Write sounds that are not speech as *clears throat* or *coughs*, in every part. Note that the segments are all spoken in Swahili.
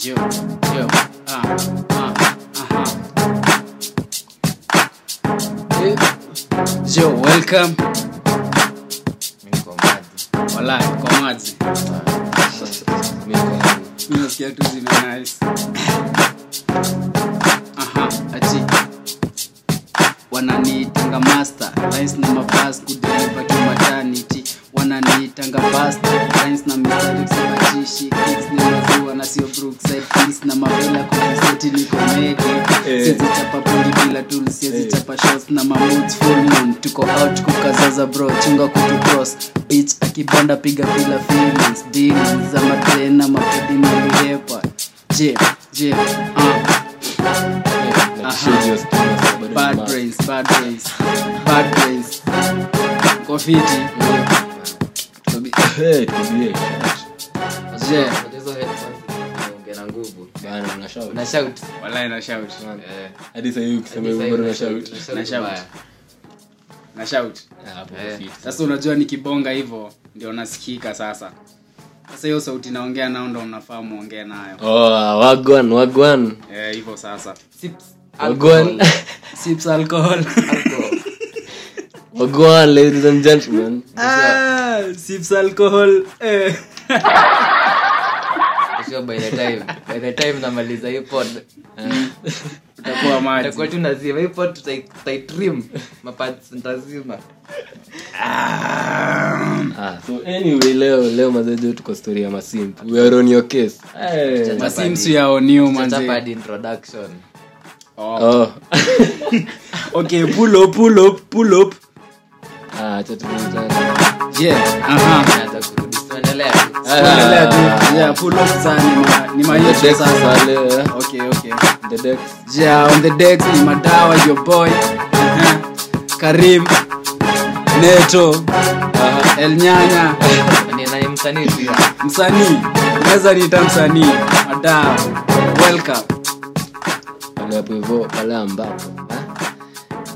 You, you, uh, uh, uh-huh. You, you, welcome. Mi niko mad. Walai, kwa maji. Mi niko mad. Mimi nasikia tu zime nice. Aha, achi. Wananiitanga master, lines na mabas kudereva kimataniti. Wananiitanga basta, lines na mistari kusabatishi. Kicks ni maziwa na sio Brookside Kings na mabela kwa mseti ni komedi. Eh. Sizi chapa pili bila tools, sizi chapa shots na mamuts full moon. Tuko out kukazaza bro, chunga kutu cross. Bitch akibonda piga bila feelings. Deals za matrena mapedi malirepa. Je, je, ah. Eh, na Aha. shade hiyo stima bado ni Bad mad. brains, bad brains, bad brains. Uko fiti? Tobi- Eh, tulie. Je, Unajua hiyo kwanza ongea na nguvu. Bana, una shout. Na shout. walai na shout. Eh. Hadi sasa hivi ukisema Hadi sasa hivyo bado na una shout. shout. Na shout. shout. Na shout. Ah, hapo Eh. fit. Sasa unajua nikibonga hivyo ndio nasikika sasa. Sasa hiyo sauti naongea nao ndo unafaa muongee nayo. Oh, wagwan, wagwan. Eh, hivyo sasa. Sips. Wagwan. Alcohol. Sips alcohol. Alcohol. Wagwan, ladies and gentlemen. Ah, sips alcohol. Eh. Sio by the time. By the time namaliza hii pod. Utakuwa maji. Itakuwa tu nazima hii pod tutai tutai trim. Mapads nitazima. Ah, so anyway, leo leo mazejo tuko story ya masimp. We are on your case. Eh. Masims ya oniu Tutachapa manze. hadi introduction. Oh. Oh. Okay, pull up, pull up, pull up. Ah, acha tu- Yeah. Aha. Tunaanza kurudi. Tunaendelea. Tuendelea tu. Yeah, pull up sana, ni ma- ni The maisha decks sasa. are there, eh? Okay, okay. The decks. Yeah, on the decks ni madawa your boy. Aha. Karim. Neto. Ah, El Nyanya. Ni nani msanii pia? Msanii. Unaweza niita msanii. Madawa. Welcome. pale hapo hivyo pale ambapo ah,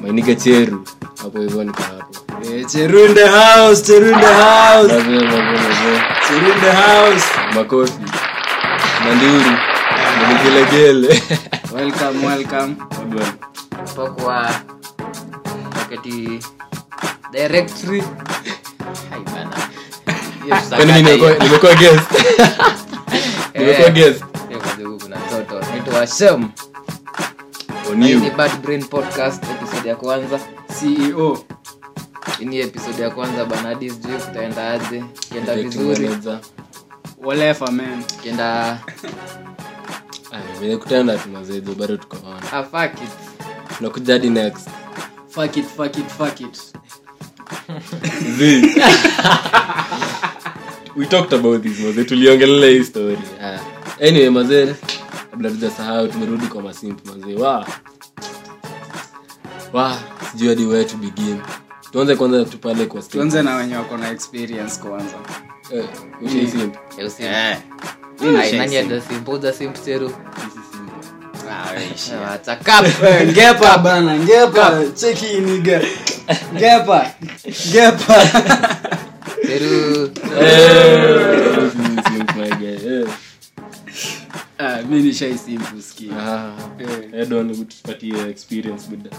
mainike cheru hapo hivyo niko hapo Eh, Cheru in the house, Cheru in the house. Mazee, mazee, mazee. Cheru in the house. makofi manduru nikilegele Welcome, welcome. Hapo kwa wakati directory. Hai bana. Hiyo kwani tutakata mimi hiyo. nimekuwa- nimekuwa guest nimekuwa guest Leo kidogo kuna mtoto naitwa Shem. on Hii you ni Bad Brain Podcast episode ya kwanza. CEO. Hii ni episode ya kwanza bana hadi sijui kutaenda aje. Kienda Direct vizuri, manager. Walefa, man. kienda Ah, vile kutenda tu mazezo bado tuko on ah fuck it. tunakuja hadi next Fuck it, fuck it, fuck it. *laughs* Zee. we talked about this mazee tuliongelelea hii story ah. anyway mazee kabla tujasahau tumerudi kwa masimpu mazee wa wa sijui hadi where to begin tuanze kwanza tupale kwa state. tuanze na wenye wako na experience kwanza eh, ushai simp? Leo si Eh. Mimi Ai, nani nishai ada simpuza simseru. Ah, we shit. Wataka. Eh, ngepa bana ngepa cheki iniga ngepa ngepa Seru. Eh, ushai simp, my guy. Eh. *laughs* Ah, mi nishai simple ski Ah, Eh. eh, Don, utupatie experience buda.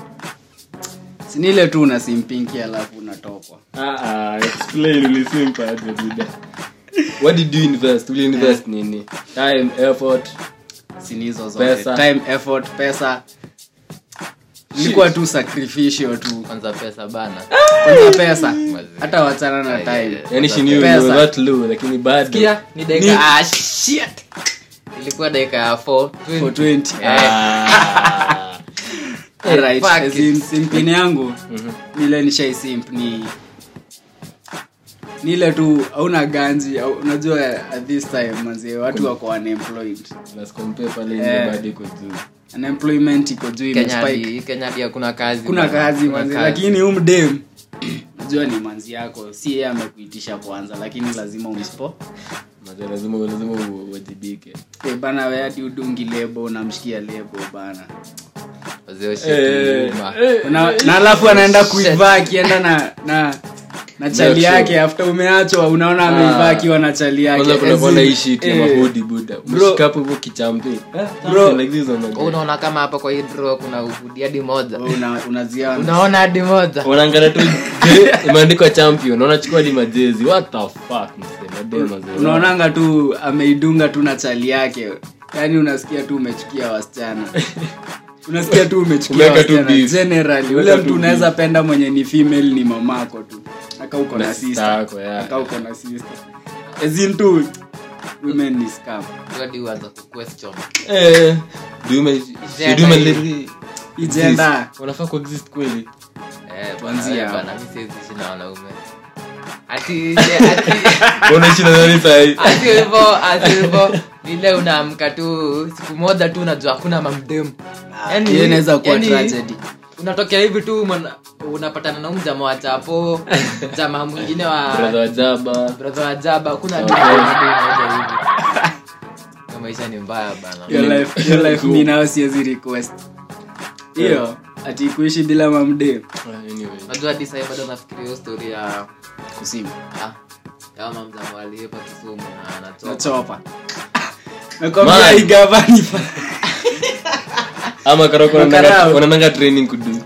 si ni ile tu unasimpinki alafu unatokwa Ah, ah, explain ulisimp aje buda. Eh. what did you invest uliinvest nini time effort si ni hizo zote Pesa. time effort pesa ilikuwa tu sacrificial tu Kwanza pesa bana. kwanza pesa hata wachana na time yani Yaani she knew Pesa. you were not low lakini bado Kia ni dakika ah shit. Ilikuwa dakika ya 4. for 20 Ah. *laughs* Alright, eh, Fuck it. Mm-hmm. sim- simpini yangu nile nishai simp ni nile tu hauna ganzi au- unajua at this time manzi watu wako unemployed Let's compare pale Eh. ndio bado iko juu. unemployment iko juu Kenya imespike hadi Kenya hadi hakuna kazi. kuna bana. kazi Hakuna manzi kazi. lakini umdem *clears throat* unajua ni manzi yako si yeye amekuitisha kwanza lakini lazima umspo Mazee, lazima lazima u- uwajibike Eh, bana we hadi udungi lebo unamshikia lebo bana Eh. Na- na alafu anaenda kuivaa akienda na na na chali That's yake after umeachwa Ah. unaona ameivaa akiwa na chali yake As in, kunaishi eh, mahudi buda mshikapo hivo kichampi Bro. oh unaona kama hapa kwa hii draw kuna uvudi hadi moja wewe una- unaziona unaona hadi moja wanaangana tu je, imeandikwa champion wanachukua ni majezi what the fuck msema dema zao. unaonanga tu ameidunga tu na chali yake yaani unasikia tu umechukia wasichana unasikia tu umechukia Umeweka tu wasichana beef. generally ule Umeweka mtu tu unaweza penda mwenye ni female ni mamako tu aka uko na Na sister sister yako, yeah. aka uko na sister as in tu women ni scam hadi uanza ku question Eh, do you ma- should you ma- really Hii gender exist? wanafaa kuexist kweli eh bwana Tuanzie wewe hapa. bwana mimi siwezi ishi na wanaume ati ati unaishi na nani sahii ati hivyo ati hivyo ile unaamka tu siku moja tu unajua hakuna mamdemu Yaani- hiyo inaweza kuwa yaani, tragedy unatokea hivi tu mwana- unapatana na umjama wa chapo jamaa mwingine Ah. wa brother wajaba brother wa jaba kuna tu moja hivi Na maisha ni mbaya bana Your life- your life mi nayo siwezi request hiyo ati kuishi bila mamde anyway najua hadi sahii bado nafikiria hiyo story ya kusimu ah, ya mamjama aliyepa kisumu na anachoka *laughs* nachopa nakwambia Man. igavani fa ama karoko wanananga- Makarao. wanananga training kudu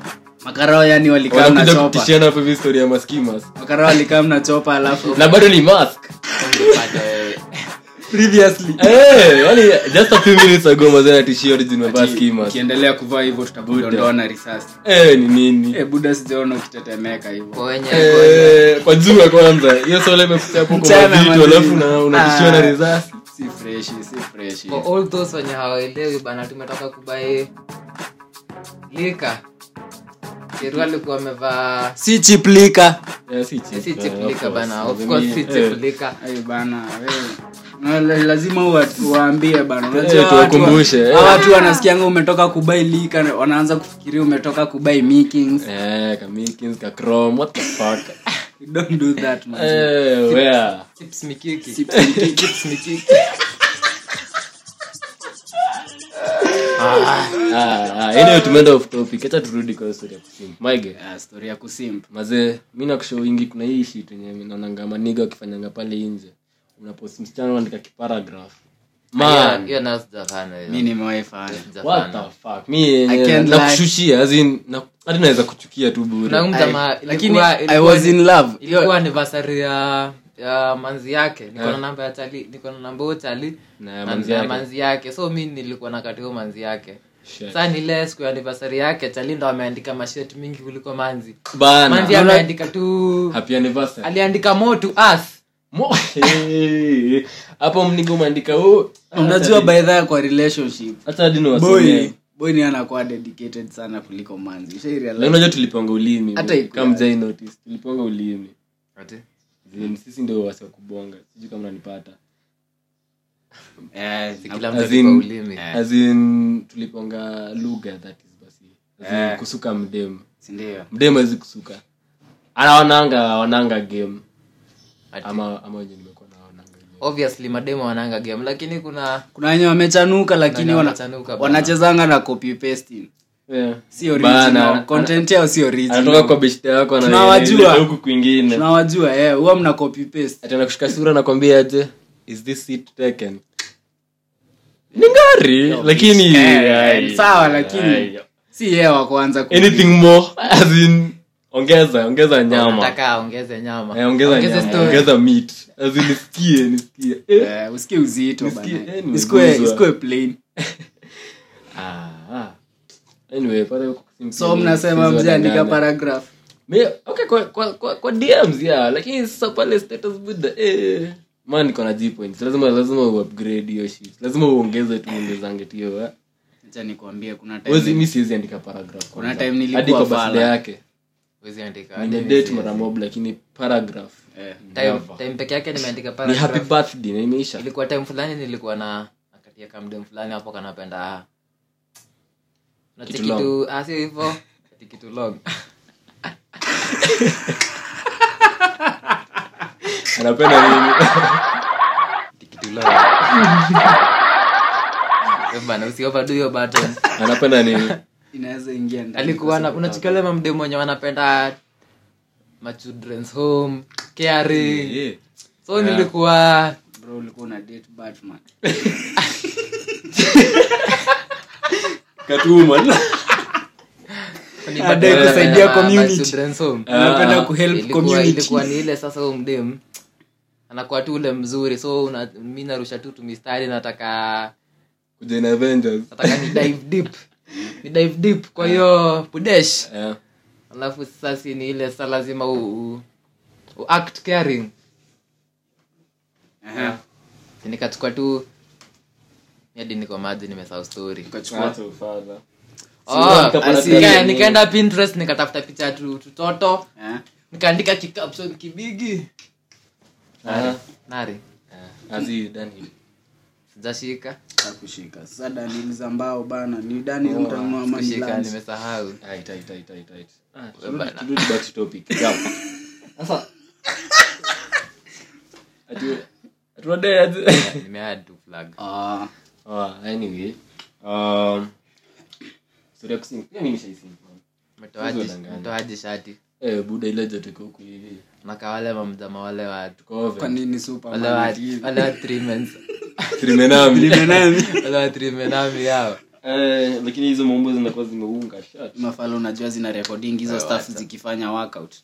makarao yani walikaa wanakuja mnachopa kutishiana hapo hivi story ya maskimas makarao walikaa mnachopa *laughs* alafu na bado ni mask ungepata wewe previously Eh, wali- just a few minutes ago mazee atishia origin mavaa skimas ukiendelea kuvaa hivyo tutakudondoa na risasi Eh, ni nini Eh, buda sijaona ukitetemeka hivyo kwa wenye Eh, kwa jua kwanza hiyo sola imekuja hapo kwa Mchana vitu mazima. alafu na- unatishiwa na Ah. risasi si freshi si freshi kwa all those wenye hawaelewi bana tumetoka kubai lika Cheru alikuwa amevaa si chiplika Eh, si cheap, si eh, cheap of lika course. bana of Mimi, course si eh, cheap lika ayo bana wewe. Na la- lazima uwa- uwaambie bana Unajua Eh, hawa watu wa- tuwakumbushe, eh. hawa watu wanasikianga umetoka kubai lika na wanaanza kufikiria umetoka kubai meetings eh, ka Milkins, ka Chrome, what the fuck? don't do that man. Eh, where? chips mikiki Chips and cake. Ah, ah, anyway, tumeenda off topic acha turudi kwa hiyo story ya kusimba. Maige, Ah, story ya kusimp mazee mi nakusho ingi kuna hii shit yenye mi naonanga maniga wakifanyanga pale nje unapost msichana unaandika kiparagraph Hiyo- man hiyo nayo sijafanya hiyo. mi nimewaifanya what Sijafanya. the fuck mi yenye I can't nakushushia as in na- hadi naweza kuchukia tu Kuna bure huyu jamaa Ai, Eh, lakini ilikuwa- I ilikuwa was ni- in love. ilikuwa Yo. anniversary ya ya manzi yake niko na namba ya chali niko na namba huyo chali Eh. Na ya na- manzi na yake. manzi yake so mi nilikuwa na kati huyo manzi yake Shit. sasa ni ile siku ya anniversary yake chali ndo ameandika mashet mingi kuliko manzi manzi bana ameandika tu happy anniversary aliandika more to us Mo- Hey, hapo mnigo umeandika huu Ah, unajua baidhaa kwa relationship hata hadi boy niwasomee boy ni anakuwa dedicated sana kuliko manzi Lakini ushairealize unajua tulipanga ulimi Hata ikuwa- kama mjai notice tulipanga ulimi Zim, sisi ndio wasi wa kubonga sijui kama nanipata Eh, Si kila mtu As alikuwa in- ulimi. as in tulipanga lugha that is basi As in Eh. kusuka mdemu sindio mdemu awezi kusuka ana wananga wananga game Ati. ama ama wenye nimekuwa na wananga game obviously mademo wananga game lakini kuna kuna wenye wamechanuka lakini wenye wana- wamechanuka bana. wanachezanga na copy pasting yeah. si Bana, original ana- content yao si anatoka original kwa beshte yako Tunawajua. anaelekea huku kwingine tunawajua eh huwa mna copy paste atenda kushika sura nakwambia aje is this seat taken ni ngari lakini eh, sawa lakini Ai. si yeye wa kwanza ku- anything more as in ongeza ongeza nyama nataka aongeze nyama Eh, ongeza Aongeze nyama story. ongeza meat as in nisikie nisikie eh. eh, usikie uzito Nisikie, bana. eh, nimeguzwa. Isikue- isikue plain Ah, ah. anyway pale huko kusimkia so ni- mnasema sisi mjaandika wadanganya. paragraph Me- okay kwa kwa kwa, kwa DMs ya lakini sasa pale status buda eh man niko na G points lazima lazima uupgrade hiyo shit lazima uongeze tu ongezange tu hiyo eh. acha nikwambie kuna time Huwezi- mi siwezi andika paragraph Eh, Kuna kwanza. time nilikuwa Hadi kwa fala. birthday yake Huwezi andika. nimedate mara mob lakini paragraph eh, Time- time peke yake nimeandika ni happy paragraph. birthday na imeisha ilikuwa time fulani nilikuwa na nakatia kamdem fulani hapo kanapenda Ah, Kitu long. nachikitu asi hivo ati kitu long anapenda nini Ati kitu *laughs* long Eh, bana usioverdo hiyo button anapenda nini unaweza ingia ndani alikuwa kwa na sababu- unachikale mamde mwenye wanapenda ma children's home caring Eh, so nilikuwa bro ulikuwa una date batman Catwoman. Adai kusaidia Ma- ma community. Ah. children's home. unapenda kuhelp ilikuwa, community ilikuwa ni ile sasa huyu mdem anakuwa tu ule mzuri so una, mi narusha tu tumistari nataka *laughs* Kuja na Avengers. nataka ni dive *laughs* deep ni dive deep kwa hiyo pudesh Eh, alafu sasa si ni ile sa lazima u, u, u act caring Aha. Si nikachukua tu mi hadi niko maji nimesahau story Ukachukua- oh, nikapata asi- picha nika- yenyewe. nikaenda pinterest nikatafuta picha ya tu- tutoto Eh? nikaandika kikapson kibigi Ah. Aha. nari Azi, Daniel. sijashika Hakushika. sasa danil za mbao bana ni danil Oh, mtanunua money kushika lands. nimesahau Aight, aight, aight, aight, aight. Ah, Wewe bana. turudi back to topic. Jump. Sasa. Ati- ati wadai aje- nimead tu flag Ah, *laughs* Oh, anyway. Um, story ya kusing- pia mimi nishaising, man. Umetoaje- Hizo danganya. umetoaje shati Eh, buda ile joto iko huku hivi. naka wale mamjama wale wa Tuko oven. kwa nini wale wa superman wale wa three *laughs* men Trimenami. *laughs* wale wa three men army yao *laughs* Eh, lakini hizo mambo zinakuwa zimeunga shut. mafala unajua zina recording Eh, hizo staff zikifanya workout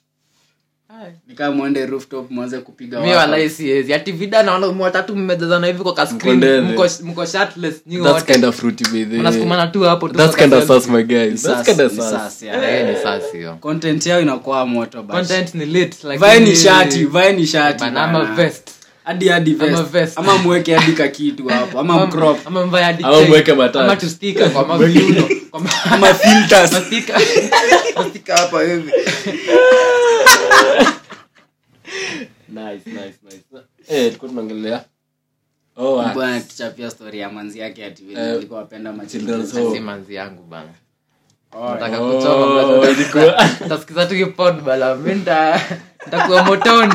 nikaa mwende rooftop mwanze kupiga mi workout. walai siezi ati vida naona watatu mmejazana hivi kwa kascreen, Mko ndani. mko- mko shirtless, nyi That's wote. kind of fruity, by the way. Mnasukumana tu hapo tu That's kwa kind of selfie. sus, my guy. Ni That's sas- kind of ni sus. *laughs* sas, yeah. Eh, ni sasi hiyo. content yao inakuwa moto basi. Content ni lit, lakini- vae ni shati vae ni shati Bana, ama bana. vest. hadi hadi Ama vest. vest. ama mweke hadi kakitu hapo ama Ama- *laughs* mcrop ama mvae hadi Ama chain. mweke matatu. Ama tu sticker *laughs* kwa maviuno. Kwa ma- ama filters ma sticker. Ma sticker hapa hivi. Nice, nice, nice. Eh, tulikuwa tunaongelea. Oh, ah, bwana tuchapia story ya manzi yake ati vile Eh, alikuwa apenda children's machildren's home. Si manzi yangu bana. Alright. Nataka oh, kuchoma, bado- *laughs* ilikuwa- Utasikiza tu kipod bala, mi nita- nitakuwa motoni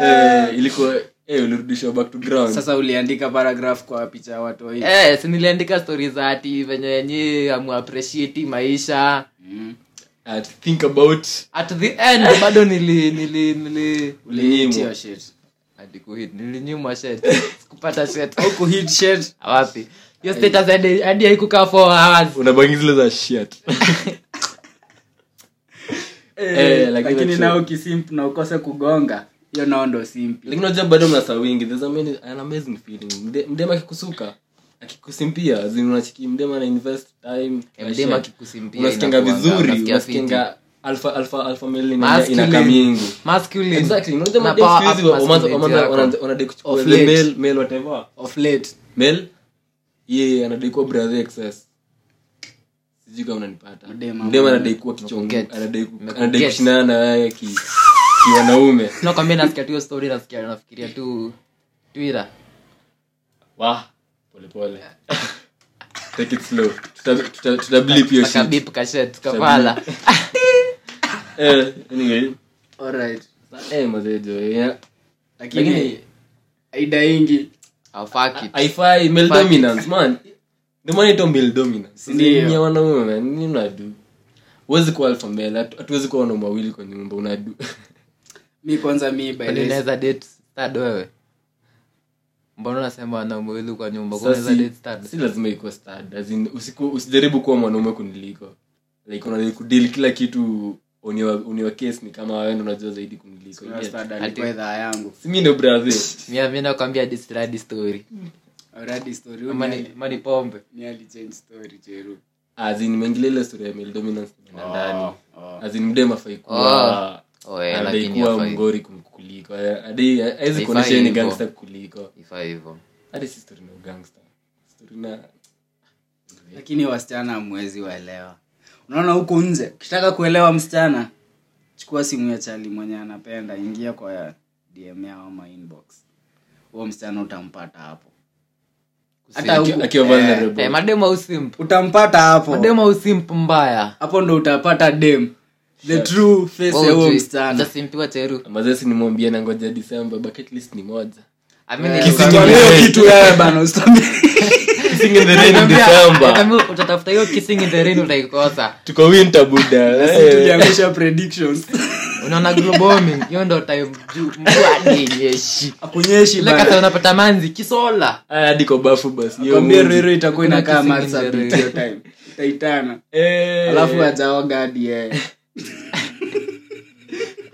Eh, ilikuwa eh, ulirudishwa back to ground. sasa uliandika paragraph kwa picha ya watoi Eh, si niliandika stori za ati venye nyi amuappreciate maisha mm. Ah, think about at the end bado nili nili nili Uliitio shit. ati kuhit nilinyimwa shet *laughs* sikupata shet Huku hit shit wapi hiyo status hadi- hadi haikukaa four hours unabangi zile za shit. Eh, lakini lakini actually- nao kisimp na ukose kugonga hiyo nao ndo simpi *laughs* lakini unajua bado mnasa wingi there's a many- an amazing feeling Mde- mdema akikusuka akikusimpia as in unachiki mdema ana invest time Eh, mdema na akikusimpia shit. unasikanga inakuanga, vizuri unasikia fiti. unasikanga alfa alfa alfa male ina- Masculine. ina kamingi Masculine. exactly unajua Na madem power siku hizi up wa- wamanza- masculinity wamanza- yako. wana- wanadai kuchukua Of the late. male male whatever of late male yeye anadai kuwa brother excess sijui kama unanipata Mdema. mdema anadai kuwa kichongo Get. anadai ku- Mekuget. anadai kushindana na wewe ki- kiwanaume nakwambia nasikia tu hiyo story nasikia nafikiria tu twitter Wah, polepole *laughs* take it slow Tuta- tuta- tuta blip hiyo shit. akabip kashet kapala Eh, anyway. alright Eh, mazee jo, yeah. lakini lakini aida ingi afaki haifai male Fuck it. dominance man ndio maana ito male dominance Sasa Ndio. nyinyi wanaume man nini mnadu huwezi kuwa alfa mbele hatu- hatuwezi kuwa wanaume wawili kwa nyumba unadu mi kwanza mi by the way, unaweza date stad wewe mbona unasema wanaume wawili *laughs* kwa nyumba Sasa kunaweza si- date stad si lazima ikuwa stad as in usiku- usijaribu kuwa mwanaume kuniliko like unadai kudeal kila kitu on your- on your case ni kama wewe ndio unajua zaidi kuniliko kuna Yes. star alikuwa idhaa yangu si mimi ndio brother mia mi nakwambia distradi story already story huyu Ama ni- ni- ama ni pombe ni alichange story cheru as in imeingilia ile story ya male dominance imeenda ndani oh. as in mdem afai kuwa Oh, eh, adai lakini kuwa hafai. mgori kum- kuliko Eh, adai awezi Haifai kuonyesha yeye ni hivyo. gangster kuliko ifaa hivyo hadi si story na ugangster story na lakini wasichana amwezi waelewa unaona huku nje ukitaka kuelewa msichana chukua simu ya chali mwenye anapenda ingia kwa ya dm yao ama inbox huo msichana utampata hapo hata Aki- huku- akiwa vulnerable Eh, mademu au simp utampata hapo mademu au simp mbaya hapo ndo utapata dem the true face ya huo msichana tasimpiwa cheru mazesi nimwambia nangoja disemba but at least ni moja I mean, Kisi- ilikuwa- Tuambie Tuambie wewe. kitu wewe bana usitwambie Kissing in the rain in Nakwambia, December. nakwambia utatafuta hiyo kissing in the rain utaikosa tuko winter buda *laughs* eh. tuliangusha predictions unaona global warming hiyo ndo time juu mvua hainyeshi. akunyeshi Ile kata unapata manzi kisola Aya, hadi kwa bafu basi hiyo kwambie mood. rero itakuwa Hakuna inakaa kissing in marsabit the rain. hiyo time itaitana Eh. alafu ajaoga hadi yeye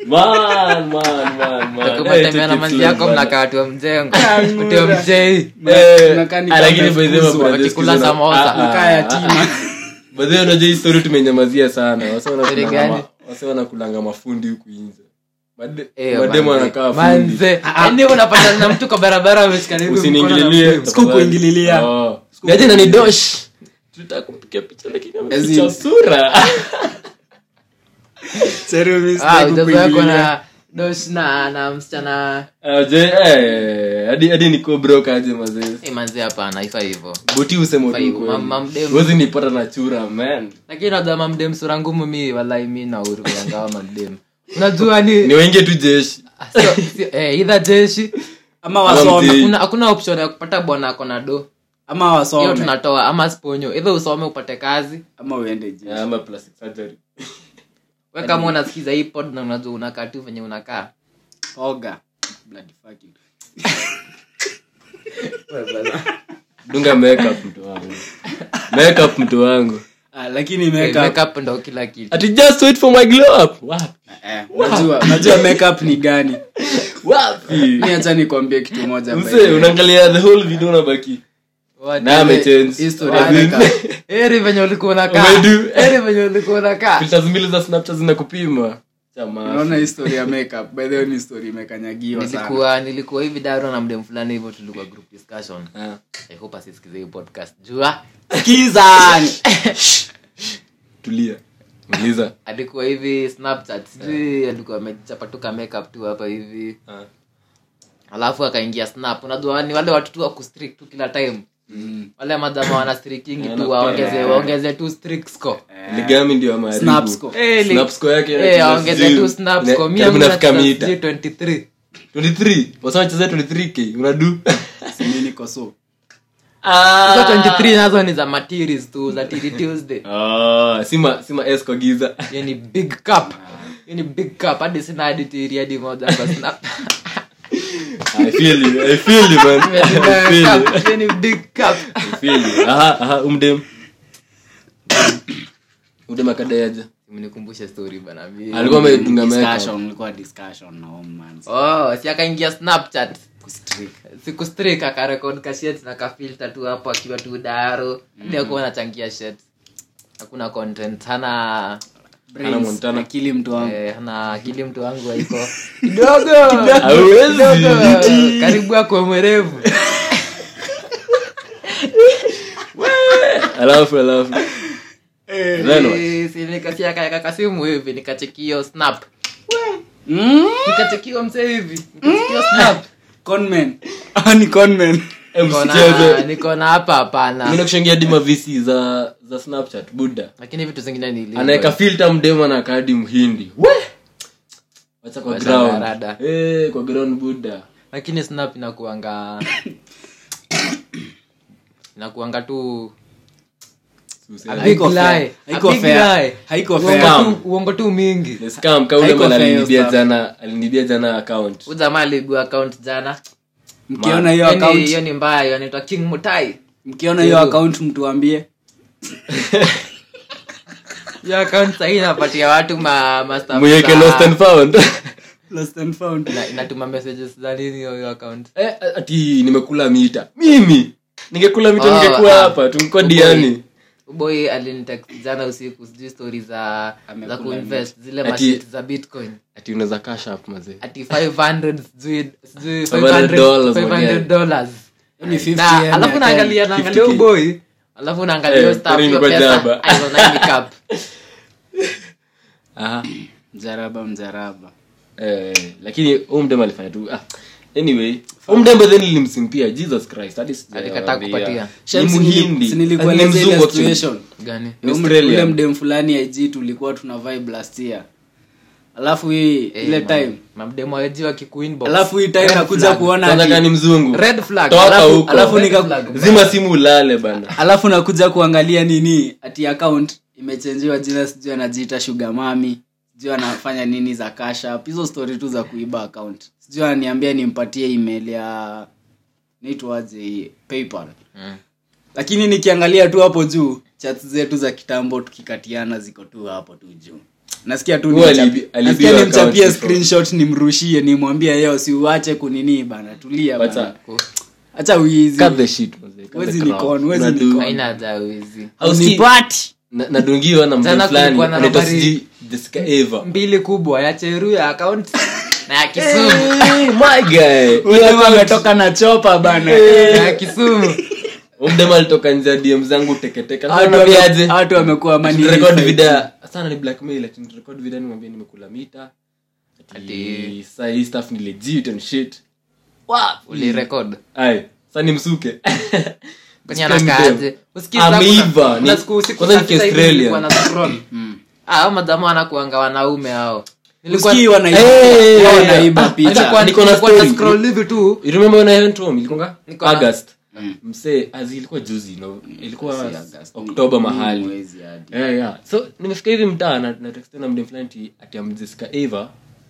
Man, man, man, man. Utakuwa Eh, umetembea take it na manzi slow, yako bana. mnakaa tu wa mjengo Kanguda. Uti wa mjei Eh, Tunakaa ni ah, kama lakini by the way, kuzwa, brother, wakikula sikiza na- samosa. ah, ah, Mkaa ya ah, tima. ah. By the way, unajua hii story tumenyamazia sana Wase wanakulanga Story gani? ma- wase wanakulanga mafundi huku inza Made- Eh, mademu manze. anakaa fundi. Ah, Manze. Yaani unapatana na mtu kwa barabara umeshikana hivi mkono usiniingililie na- Sikukuingililia. Oh. Yaani Niaje na nidosh tutaka kupiga picha lakini ameficha Lazima. sura *laughs* *laughs* Serio, mimi sitaki Ah, ujazo yako kukuingilia. na dos na na msichana Ah, je, eh, hadi hadi niko broke aje mazee Eh, manze hapana ifai hivyo boti usema tu Faibu, ukweli. mam- mamdemu. Huwezi nipata na chura man lakini najua mamdem sura ngumu mi walai mi na uhuru kuangawa mamdem unajua ni ni wengie tu jeshi sio- sio- eh, either jeshi ama Mzee. wasome hakuna- hakuna option ya kupata bwana ako na do ama hiyo wasome tunatoa ama sponyo hivyo usome upate kazi ama uende jeshi. ama plastic surgery we kama unasikiza hii pod na unajua unakaa tu venye unakaa oga Bloody fucking. dunga makeup mtu *laughs* wangu makeup mtu wangu Ah, lakini Eh, makeup makeup ndo kila kitu ati just wait for my glow up wapi eh, unajua unajua makeup ni gani wapi mi acha nikwambie kitu moja by the mse way. unaangalia the whole video unabaki What- na amechange hii story As in, ya makeup. heri venye ulikuwa unakaa Umedu. heri venye ulikuwa *laughs* unakaa filters mbili za snapchat zinakupima chama unaona hii story ya makeup by the way ni story imekanyagiwa sana nilikuwa nilikuwa hivi daro na mdem fulani hivyo tulikuwa group discussion Ah, i hope asisikize hii podcast jua kizani tulia maliza alikuwa hivi snapchat sijui alikuwa amechapa tu ka makeup tu hapa hivi Ah. alafu akaingia snap unajua ni wale watu tu wa kustrik tu kila time Mm, wale madhama wana strikingi tu waongeze waongeze tu streak score Eh. ligami ndio amaharibu. Snapscore. Eh, li- Snapscore yake eh, ina waongeze sijui- tu snap ina- score mia karibu mna nafika mita. 23 23 wasema chezea 23k *laughs* unadu mi niko so Hizo 23 nazo ni za materials tu za tili tuesday Ah, sima sima s kwa giza hiyo ni big cup hiyo ni big cup hadi sina hadi tiri hadi moja kwa snap Ah, i feel you i feel you man *laughs* I feel you. Cup, hiyo ni big cup I feel you aha aha umdem udem akadayaja mnikumbushe story bana mi- alikuwa ametunga makeup Eh, discussion ulikuwa discussion na home man oh si akaingia snapchat Kustrick. siku strik akarekod kashet na kafilta tu hapo akiwa tu daro mm. akuwa anachangia shet hakuna content hana Hannah Montana. akili mtu wangu eh, hana akili mtu wangu haiko kidogo Hawezi. kidogo. karibu akwe mwerevu alafu alafu Eh, Eh, Then what? sinikasiakayaka kasimu hivi nikachekio snap Mm? nikachekio mse hivi nikachekio snap Conman. *laughs* Ah, ni conman. Eh, Niko na- msicheze niko na hapa mi hapana nakushangia hadi mavisi za za snapchat buda lakini vitu zingine ni illegal. anaweka filter mdema na kadi mhindi We! wacha kwa Wacha ground marada. eh kwa ground buda lakini snap inakuanga *coughs* inakuanga tu Suicide. Haiko Big fair. lie. Haiko A big fair. lie. Haiko Uongo fair. tu- uongo tu mingi The scam kaule Haiko mwana fair hiyo alinibia stuff. jana alinibia jana account Huyu jamaa aliigua account jana mkiona hiyo Yaani, account hiyo ni mbaya hiyo anaitwa king mutai mkiona hiyo account mtuambie hiyo account sahii inapatia watu ma, ma stuff mweke za- lost and found *laughs* lost and found ina- inatuma messages za nini hiyo hiyo account eh, ati nimekula mita mimi ningekula mita Oh, ningekuwa ah. hapa tungekuwa diani boy alinitext jana usiku sijui story za za Amekula kuinvest zile Ati- mashit za bitcoin ati unaweza cash up mazee ati 500 sijui sijui dollars, 500 my guy. 500 dollars Ni 50 na M alafu account. naangalia naangalia 50K. boy alafu naangalia Eh, hiyo staff tena hiyo imekuwa pesa jaba. hizo nine cup aha mjaraba mjaraba eh, lakini huu mdem alifanya tu ah. anyway huu mdem then nilimsimpia jesus christ hadi sijawaambia. Alikataa kupatia. ni muhindi Si Ni nilikueleza ile mzungu actually. situation gani Ni Ule Australia. mdem fulani ig tulikuwa tuna vibe last year alafu hii ile time mamdemo aji wakikuinbox alafu hii time Red nakuja flag. kuona kwanza ati- kani mzungu red flag toka Alafu- huko alafu Red nika- flag. zima simu ulale bana alafu nakuja kuangalia nini ati account imechenjiwa jina sijui anajiita sugar mami sijui anafanya nini za kashap hizo story tu za kuiba account sijui ananiambia nimpatie email ya naitwaje hii, paypal Mm. lakini nikiangalia tu hapo juu chat zetu za kitambo tukikatiana ziko tu hapo tu juu nasikia tu Huwa nimchap- alibi- alibiwa nasikia account nimchapie before. screenshot nimrushie nimwambie yeo siuache kunini bana tulia bana Wacha- hacha uizi cut the shit mazee, cut Wezi the crap. nikon, wezi Unadu- nikon. haina jawizi Hausikii? unipati Na- nadungiwa na mtu Tena fulani kulikuwa na anaitwa nambari- sijui Jessica *laughs* Eva mbili kubwa ya cheru ya account *laughs* na ya kisumu Eh. Hey, Eh, my *laughs* guy. Wewe ametoka na chopa bana Eh, na ya kisumu Mdema alitoka nje ya dm zangu teketeka Sasa watu wame- naambiaje? watu wamekuwa mani Tunarecord video. Sasa ni blackmail ati nirecord video nimwambie nimekula mita Ati Ati- saa hii stuff ni legit and shit ulirekod ai sasa ni msuke kwenye anakaaje Ameiva, ni- kwanza ni Kiaustralia. Hmm. Ah, madamu anakuanga wanaume hao Nilikuwa- usikii Hey, wanaiba wanaiba ah, picha atakuwa- nilikuwa- Niko na nilikuwa story. nascroll hivi tu You remember when I went home ilikonga Niko na- august msee as ilikuwa juzi no ilikuwa oktoba Mm, mahali yeah, yeah. so nimefika hivi mtaa na- natextia na mdem fulani ati- ati amjisika eva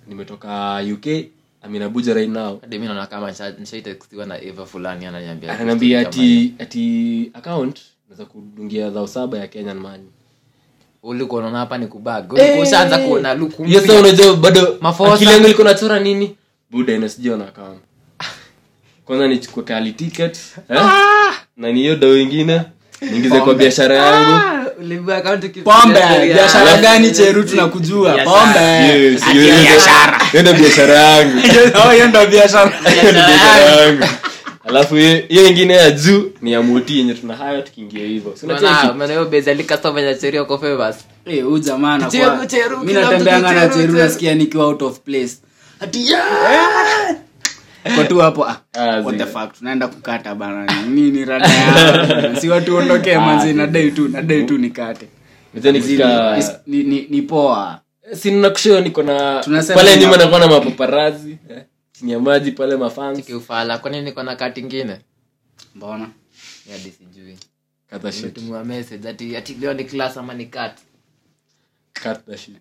nimetoka uk aminabuja right now Hadi mimi naona kama nisha- nishaitextiwa na eva fulani ananiambia ananiambia ati ati account naweza kudungia dhao saba ya kenyan mani ulikuwa unaona hapa ni kubag Eh. ulikuwa ushaanza kuona luku yes sir, unajua bado Mafosa. akili yangu ilikuwa nachora nini buda inasijaona account kwanza nichukue kali ticket eh? na ni hiyo dao ingine niingize kwa biashara yangu Ah, pombe biashara Yeah. gani cheru tunakujua Yes, pombe *laughs* Yes, hiyo ndio- ndio biashara yangu Oh, hiyo ndo biashara Hiyo Yaani ndio biashara yangu *laughs* alafu hiyo hiyo ingine ya juu ni ya moti yenye tuna hayo tukiingia hivyo Si unacheki? Eh, huyu jamaa anakuwa- Cheru, cheru, mi kila mtu natembeanga na kicheru, cheru cheru. nasikia nikiwa out of place ati ya! Kwa tu hapo ah, Ah, what the zii. fuck tunaenda kukata bana nini rada ya si watu ondokee manzi nadai tu nadai tu nikate Unajua nikifika- Is- ni, ni, ni poa sina kushio niko na Tunasema pale ni nyuma ma- nakuwa na mapaparazi eh, chini ya maji pale mafans kiufala kwani niko na kati ingine mbona hadi sijui Cut that shit. tumiwa message ati ati leo ni class ama ni cut Cut that shit.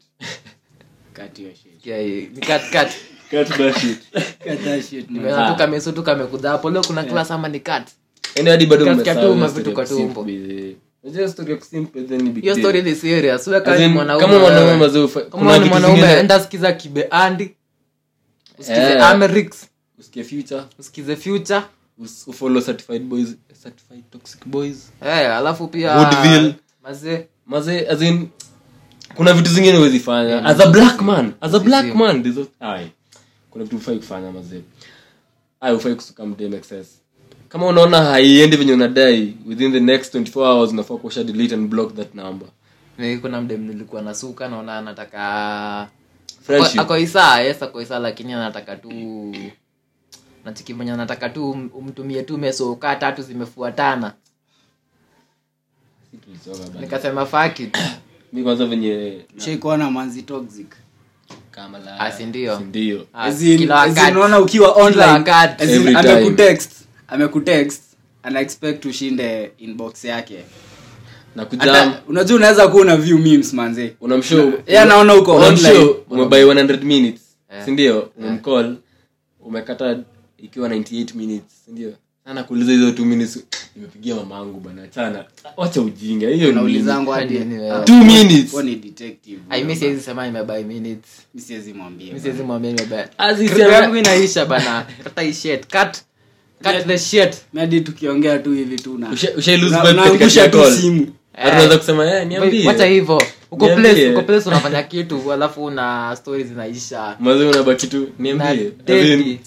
kati hiyo shit. Kia hii, ni cut cut Cut that shit. Kata shit man. Ah. nimeona tu kamesu tu kamekuja hapo leo kuna Eh. class ama ni cut *laughs* Yaani hadi bado Kasikia mmesahau tu hiyo mavitu story kwa ya kusimp tumbo. bize. Unajua story ya kusimp bize ni big hiyo deal. story ni serious wewe As kama ni in, mwanaume kama mwanaume wewe. mazee ufa- Kama kuna wewe ni vitu mwanaume zingine- enda sikiza kibeandi usikize Eh. Amerix Usikie future usikize future us- ufollow certified boys certified toxic boys eh alafu pia Woodville. mazee maze as in kuna vitu zingine huwezi Mm. fanya as a black man as a black man there's a- Aye. kuna vitu hufai kufanya maze ai hufai kusuka mdem excess kama unaona haiendi venye unadai within the next 24 hours unafaa kuosha delete and block that number Ni kuna mdem nilikuwa nasuka naona anataka Friendship. ako isaa yes ako isaa lakini anataka tu nachiki mwenye anataka tu um- umtumie tu meso kaa tatu zimefuatana Si tulizoga bana. nikasema fakit mi kwanza venye Shai kuona manzi toxic Ah, si ndio? Ah. sindio As in- kila as in wakati. unaona ukiwa Kila online wakati. as in Every time. amekutext amekutext ana expect ushinde inbox yake na kujam Hata- unajua unaweza kuwa una view memes manzi unamshow Yeye anaona uko unamshow, online. umebuy 100 minutes Eh. sindio umemcall umekata ikiwa 98 minutes sindio sana kuuliza hizo two minutes nimepigia mamangu bana chana wacha ujinga hiyo ni nini? naulizangu hadi Nini wewe? ah, Two minutes. wewe ni detective aimi siwezi sema nimebai minutes mi siwezi mwambia mi siwezi mwambia nimebai Azi, Kripu siana- yangu inaisha *laughs* bana kata hii shit cut cut the shit Mi hadi tukiongea tu hivi tu na- Usha- usha lose una- vibe katikati unaangusha ya tu call. simu Hata unaweza kusema eh niambie wacha hivyo uko Niambie. place uko place unafanya kitu alafu una stories zinaisha mazee unabaki tu Na niambie date. As in,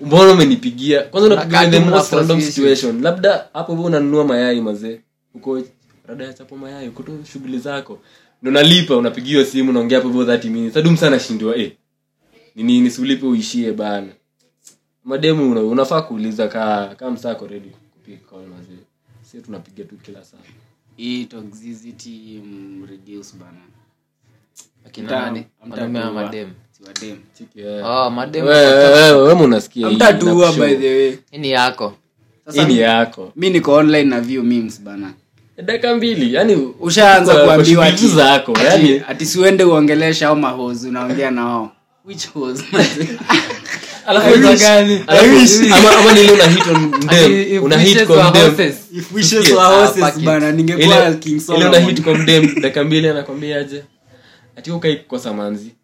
mbona umenipigia kwanza unapigia in the Unakata, most random unafurahishwa. situation labda hapo wewe unanunua mayai mazee uko rada ya chapo mayai uko tu shughuli zako ndo nalipa unapigiwa simu naongea hapo hivyo 30 minutes adum sana shindwa eh ni nini siulipe uishie bana mademu una, unafaa kuuliza ka kama msako ready kupiga call mazee sio tunapiga tu kila saa hii toxicity mm, reduce bana nani? wanaume wa madem Chiki, eh. Ah, oh, madem Wewe, wewe, wewe unasikia hii, amtatua inakushow. by the way hii ni yako Hii sasa ni yako mi niko online na view memes bana dakika mbili yani ushaanza kwa- kwa kuambiwa shughuli tu zako yani ati siuende uongelesha au mahos unaongea na wao which hos *laughs* alafu I hizo wish- gani? I Alafu- wish. ama- ama nile una hit on Ati mdem if una wishes hit kwa were mdem. horses. if Yes, wishes were ah, horses fuck it. bana ningekuwa Ile- king ile una hit solomon kwa mdem dakika mbili anakwambiaje ati ukai kukosa manzi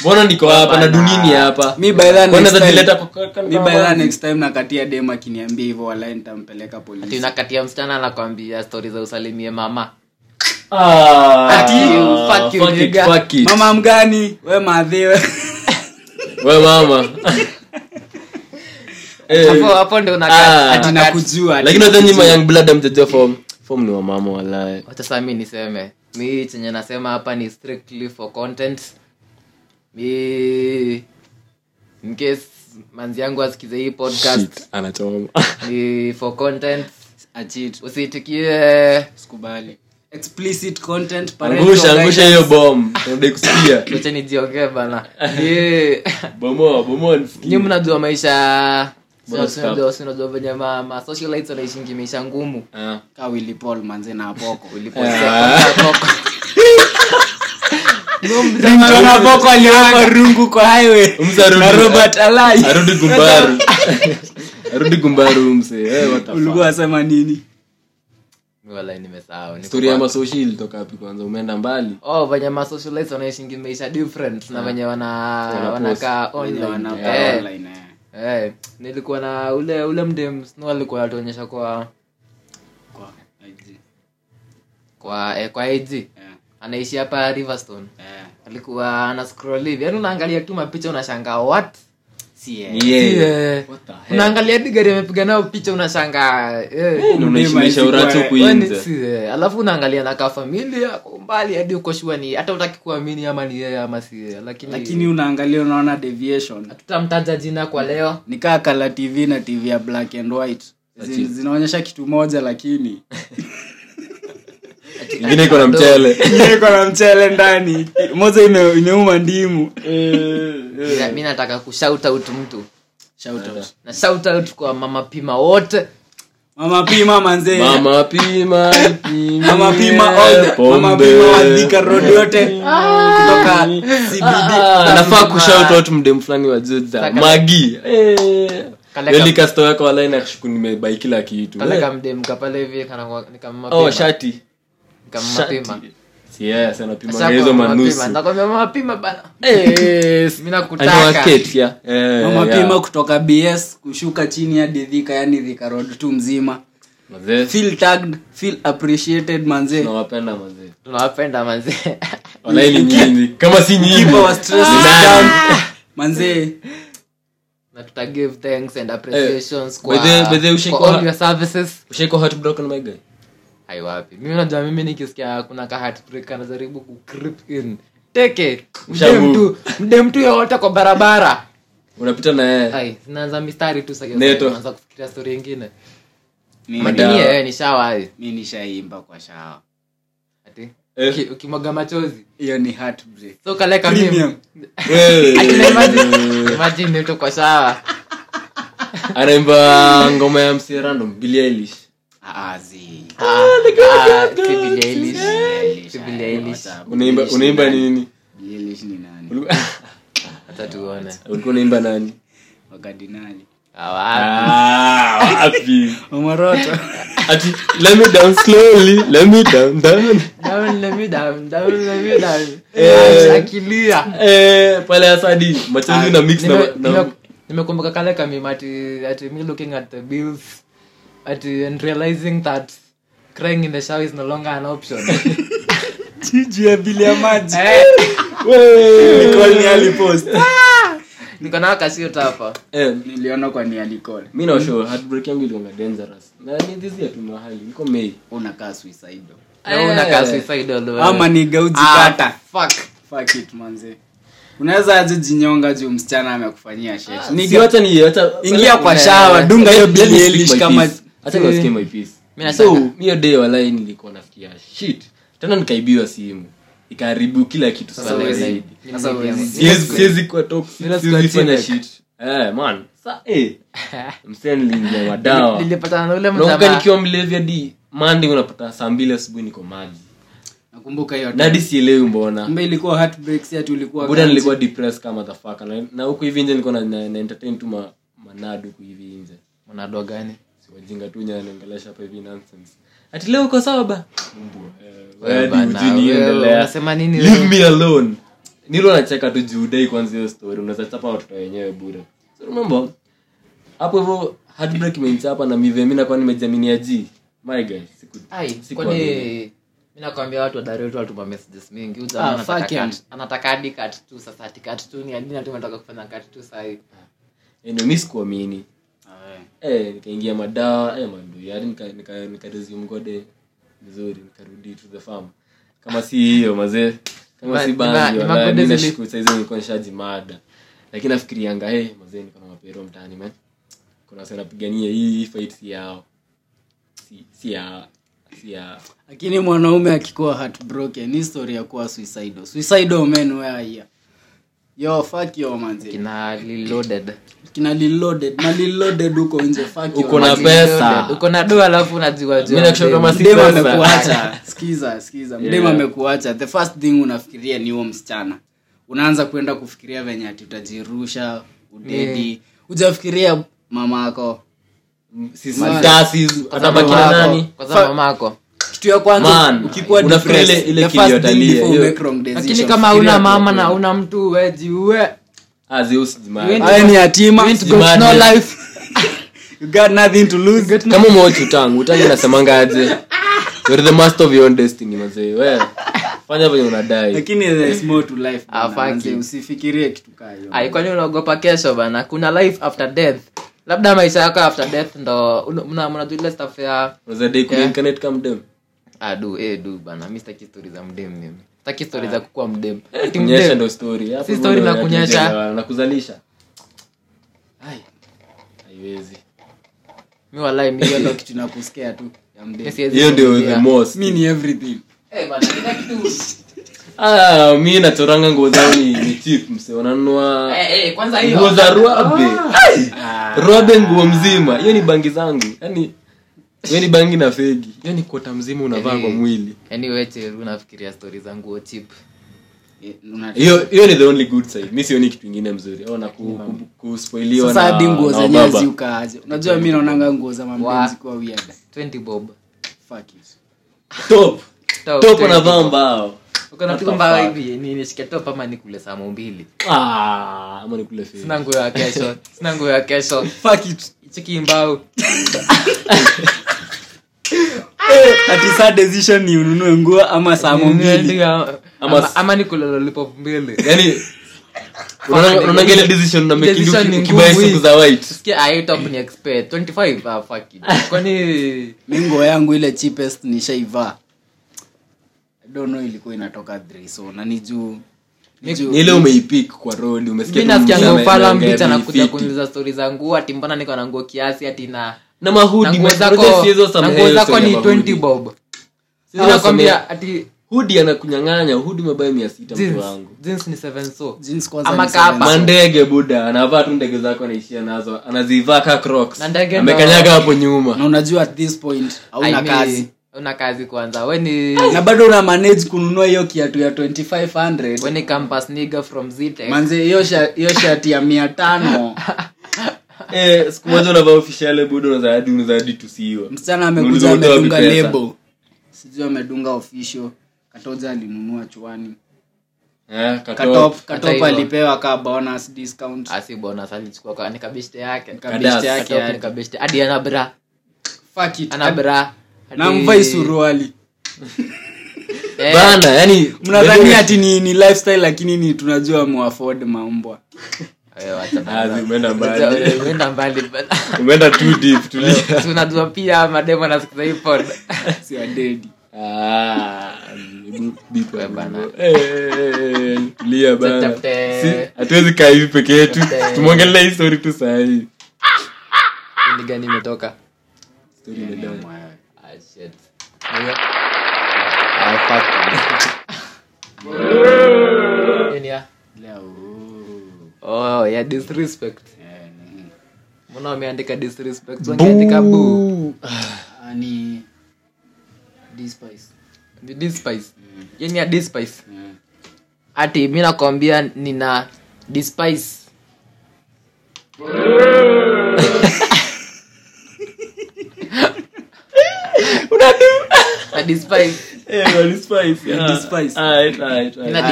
mbona niko hapa na dunini hapa mi by the Mbona next time- zileta kwa- kwa- kwa- mi kwa by the manzi? next time nakatia dem akiniambia hivyo walai nitampeleka Ati polisi unakatia msichana anakwambia stori za usalimie mama Ah, Ati you, fuck you, fuck it, nigga. fuck it. mama mgani we madhiwe We *laughs* mama Eh, hapo hapo ndio Ah. ati nakujua lakini wazanyi mayang blood amjajua fom fom ni wamama walae wacha saa mi niseme mi chenye nasema hapa ni strictly for content mi in case manzi yangu asikize hii podcast Shit, anachoma ni for content achit usiitikie sikubali explicit content parental angusha angusha hiyo guidance. bom ude kusikia acha nijiongee bana *laughs* Ni- bomoa bomoa nyi nisikie mnajua maisha Bora sinajua sinajua venye ma- ma socialites wanaishingi maisha ngumu Ah. ka Willy Paul manze na apoko *laughs* Nimeona apoko aliwapa rungu kwa highway Umse arudi- na robert alai arudi *laughs* gumbaru arudi gumbaru mse Eh, what the fuck. ulikuwa asema nini wala nimesahau niko story ya masoshi ilitoka wapi kwanza umeenda mbali oh venye masocialites wanaishingi maisha different Ah. na venye wana Wanapost. wanakaa Wenye online. wanakaa Eh, online, eh. eh, nilikuwa na ule ule mdem snow alikuwa atuonyesha kwa Kwa IG, kwa eh, kwa ig eh, anaishi hapa riverstone eh, alikuwa ana scroll hivi yani unaangalia tu mapicha unashangaa what si eh. Ni yeye. Yeah. What the hell? unaangalia hadi gari amepiga nayo picha unashangaa eh. Ni unaishi maisha uratu huku yaani Kwani nje. si, eh, alafu unaangalia na kaa familia kwa umbali hadi uko shua ni hata utaki kuamini ama ni yeye ama si yeye lakini, lakini unaangalia unaona deviation hatutamtaja jina kwa leo nikaa kala tv na tv ya black and white Zin, zinaonyesha kitu moja *laughs* lakini ingine iko na mchele *laughs* Ingine iko na mchele ndani moja ime- imeuma ndimu Eh, Mina- mi nataka kushout out mtu Shout out. na shout out kwa mama pima wote mama pima manzee mama pima ipimie mama pima all the- mama Eh, pombe. pima wadhika road yote kutoka Ah, cbd anafaa Lazima- kushout out mdem fulani wa juza magi Kale kam- Yoni kasto yako walai na kushuku nimebai kila kitu Eh. kaleka mdemka pale hivi kana- ni kama mama oh pima, shati kama mama pima. shati yes anapima Sasa hizo kwa mama manusu pima, nitakwambia mama pima bana yes mi nakutaka anawaketi ya Eh, mama yeah. pima kutoka bs kushuka chini hadi dhika yani dhika road tu mzima Mazee, feel tagged feel appreciated manzee tunawapenda mazee tunawapenda manzee walai ni nyinyi kama si nyinyi Keep our stress ni nani? down. manzee *laughs* na tuta give thanks and appreciations Eh, kwa, by the- by the way, kwa ushaikuwa- all your services Ushaiko heartbroken my guy hai wapi mimi najua mimi nikisikia kuna ka heartbreak anajaribu ku creep in teke Ushamu. mdem tu mdem tu yoyote kwa barabara unapita na yeye ai zinaanza mistari tu sasa Neto. naanza kufikiria story nyingine Mi- Madawa. madini yeye eh, ni shawa hai mi nishaimba kwa shawa ati Eh. uki- ukimwaga machozi hiyo ni heartbreak so kaleka mimi Premium. Wewe. *laughs* imagine imagine mtu kwa shawa anaimba ngoma ya msi random Billie Eilish. Ah, ah, zi. oh, Ah, si Billie Eilish. Si Billie Eilish. unaimba unaimba nini Billie Eilish ni nani? Ulikuwa- hata tuone ulikuwa unaimba nani wakardinali Ah, wapi. Ah, wapi *laughs* omoroto ati let me down slowly let me down down Down, let me down, down, let me down. Eh. Akilia. eh pale asadi machozi na mix na Ah, Nime- na nime- nimekumbuka kale kamim ati ati me looking at the bills ati and realizing that crying in the shower is no longer an option jiji ya bili ya maji Eh, Wewe. *laughs* niko nao kasio tapa eh niliona kwa nialikol mimi na show heartbreak yangu ilikuwa dangerous na ni this year tu mahali niko May unakaa suicide Na una ka suicide all the way. ama ni Ah, gaujikata fuck. fuck it manze unaweza aje jinyonga juu msichana amekufanyia shit si Nigga, wacha ni wacha Ah, ingia kwa Eh, shawa dunga hiyo let- let me Billie speak Eilish my kama Mm. piece. Acha niwasikie my piece. Mimi nataka- so hiyo day walai nilikuwa nafikia shit tena nikaibiwa simu ikaharibu kila kitu Sasa sana wewe zaidi. zaidi. Sasa wewe Siwezi- zaidi. Siwezi- siwezi kuwa toxic, Mimi nasikia siwezi fanya T-Rex. shit. Eh, man. Sa- *laughs* eh. Msee niliingia wadawa nilipatana na ule naoka mjamaa nikiwa mlevi hadi mande unapata saa mbili asubuhi niko maji nakumbuka hiyo na hadi sielewi mbona kumbe ilikuwa heartbreak si ati ulikuwa buda nilikuwa depressed kama motherfucker. na, na huku hivi nje nilikuwa na, na, na entertain tu ma, manadu huku hivi nje mnadoa gani siwajinga tu nyana niongelesha hapa hivi nonsense ati leo uko sawa ba Mbwa, eh, wewe bana, hadi hujini wewe, endelea. unasema nini Leave leo? me alone nilo nacheka tu juudai kwanza hiyo story unaweza chapa watoto wenyewe bure so remember hapo hivyo heartbreak imenichapa na mivyo mimi nakuwa nimejaminia ji my guy siku Ai, siku kwani amini. mi nakwambia watu wadari wetu watuma messages mingi Huyu Ah, jamaa anataka fuck him. cut- anataka hadi kat tu sasa ati kat tu ni adina tumetoka kufanya kat tu sahii Eh, ndio mimi sikuamini Ah, eh. eh, nikaingia madawa eh, mandui hadi nikaresume nika, nika resume ngode vizuri nikarudi to the farm kama si hiyo mazee kama Ma- si ni ma- banzi ni wala magode mimi zili- nashukuru saizi nilikuwa nishaji mada lakini nafikirianga hey, mazee niko na mapero mtaani man kuna wase napigania hii fight si yao si, si ya si ya lakini mwanaume akikuwa heartbroken ni story ya kuwa suicidal suicidal men where are you? yo fuck yo manzi kina reloaded. kina reloaded na reloaded huko nje fuck yo, Uko na manzi. pesa. Reloaded. uko na doa alafu unajua jua Mimi nakushauri kama si mdema pesa. *laughs* amekuacha skiza skiza mdema Yeah. amekuacha the first thing unafikiria ni huo msichana unaanza kwenda kufikiria venye ati utajirusha udedi ujafikiria mama ako si sitasi atabakia nani kwa sababu mamako kitu ya kwanza Man, ukikuwa unafikiria ile- depressed, ile the first kilio thing atalia, before hiyo. you make wrong decision, lakini kama fikiria una tu. mama na una mtu wejiue Ah, azeusijimaa Haya ni yatima Zimani. *laughs* You got nothing to lose. kama umewachi utangu utangu nasemanga aje you're the master of your own destiny mazee we fanya venye unadai lakini there is more to life Ah, bwana, fuck manze, you. usifikirie kitu kaa hiyo aikwani unaogopa kesho bana kuna life after death labda maisha yako after death ndo mnajuile staff ya ah, unazadai kuincarnate kama mdem adu edu bana mi sitaki stori za mdem mimi sitaki stori za kukua *laughs* mdem Ati kunyesha mdem. Ah. ndo story Hapo Si hivyo story ndo na watu kunyesha. wanaelewana, na kuzalisha Ai, haiwezi mi walai mi hiyo ndo Hiyo *laughs* ndo kitu kitu inakusikia tu ya mimi mdemu. siwezi hiyo ndio kufikiria. the most Mi ni everything Eh, bana, kila kitu- ah mi nachoranga nguo zao ni ni cheap mse wananunua Eh, Ah. eh, kwanza hiyo nguo za ruabe Ai! ruabe nguo mzima hiyo ni bangi zangu yani hiyo ni bangi na fegi hiyo ni kota mzima unavaa kwa Eh. mwili yaani we cheru nafikiria stori za nguo chip Eh, una- hiyo hiyo ni the only good side mi sioni kitu ingine mzuri au na ku- ku- kuspoiliwa sasa na- hadi nguo na zenyewe wababa. ziukaaje unajua mi naonanga nguo za Wa- mamdem zikuwa weird 20 bob Fuck it. top Top, top 20 anavaa bob. mbao Uko na What pigo the mbaya fuck? hivi, ni- nishike top ama nikule samu mbili Mm. Ah, ama nikule fake. sina nguo ya kesho sina nguo ya kesho Fuck it. chiki mbao Eh, Ati saa decision ni ununue nguo ama samo mbili ama, ama nikule lollipop mbili Yaani, unaona- unaona ile decision na make Decision look ni ukibuy ngumu suku za white Sikia, ah, hii top ni expert 25 ah, fuck it. kwani mi nguo yangu ile cheapest nishaivaa I don't know ilikuwa inatoka three, so na ni juu ni juu- ni ile umeipik kwa road umesikia mi tu nasikia mtu ame- ngopala ameongea mbicha nakuja benefit. kuniuliza stori za nguo ati mbona niko na nguo kiasi ati na na na mahudi nguo unajua zako si hizo some na nguo hair zako story ni ya mahudi. 20 bob Sasa nakwambia ati hudi anakunyang'anya hudi umebae mia sita mtu jeans- wangu jeans ni 7 so Jeans kwanza ama ni kapa mandege buda anavaa tu ndege zako anaishia nazo anazivaa ka crocs Na ndege ndo- amekanyaga hapo *laughs* nyuma na unajua at this point I hauna mean, kazi hauna kazi kwanza we ni na bado una manage kununua hiyo kiatu ya 2500 we ni campus nigga from Zitex. manze hiyo sha- hiyo shati ya mia tano Eh, siku moja unavaa official budo unazadi unazadi tusiiwa msichana Unauliza amekuja utoa amedunga wapi pesa? lebo sijui amedunga official katoja alinunua chuani Eh, katop. katop Hata katop hivyo. alipewa kaa bonus discount Ah, si bonus, alichukua kwa- nikabishte yake kabishte Katoka yake yani. nikabishte. hadi ana bra Fuck it. ana bra Hadi- na mvai suruali Eh, Bana, yani mnadhania ati ni, ni lifestyle lakini ni tunajua muafford maumbwa eh, wacha bana. Ah, zimeenda mbali. Unajua, umeenda mbali *laughs* bana. umeenda too deep *laughs* tulia Si unajua pia mademo anasikiza hii *laughs* pod siwadedi Ah, bu- bipa, We bana. bu- Eh, eh, eh, tulia bana Tutafute- Si, hatuwezi kaa hivi peke yetu Tutafute- tumwongelea hii story tu sahii Ni gani imetoka Story imedown. Ah, shit. Hiyo. Ah, fuck. Hiyo ni ya- Lea, ooh. oh, ya disrespect eh, mbona wameandika disrespect wangeandika bu Ah, ni despise ni despise hiyo ni ya despise ati mi nakwambia nina despise na despise Eh, Ah, Nina Ah, despise.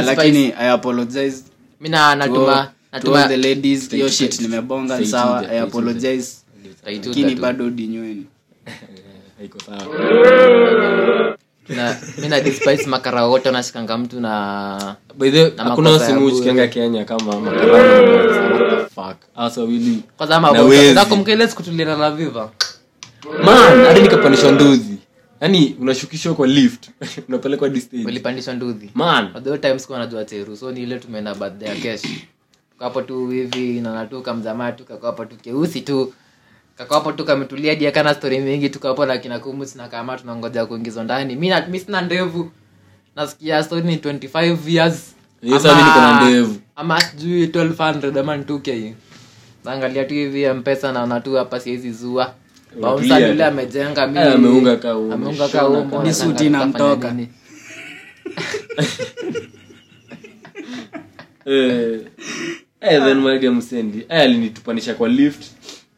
lakini i apologize mi na natuma to all the natuma ladies hiyo Stay shit tuned. nimebonga Stay ni sawa tuned, i stay apologize Tutaituta lakini tu. bado dinyweni Na- mi na despise makara wote wanashikanga mtu na Na hakuna makosa ya wasimu bure. uchikianga kenya kama makaraaasawili kwanza Na wezi. mazakomkele sikutulina na viva man hadi nikapandishwa ndozi yaani unashukishwa kwa lift *laughs* unapelekwa hadi stage ulipandishwa ndudhi man anajua teru so ni ile tumeenda birthday ya kesh kapo tu hivi nanatu kamjamaa tu kakapo tu keusi tu kakapo tu kametulia je kana story mingi tukapo na kina kumu sina kama tunangoja kuingizwa ndani mi na- mi sina ndevu nasikia story ni 25 years Yes, mimi niko na ndevu. ama sijui 1200 ama 2k naangalia tu hivi mpesa naona tu hapa siezi zua Unalia. baumsa yule amejenga mi- Eh, ameunga ka umo, ameunga ka shona umo, ka- Mi suti inamtoka. nini? Eh, eh, then mage msendi eh, alinitupanisha kwa lift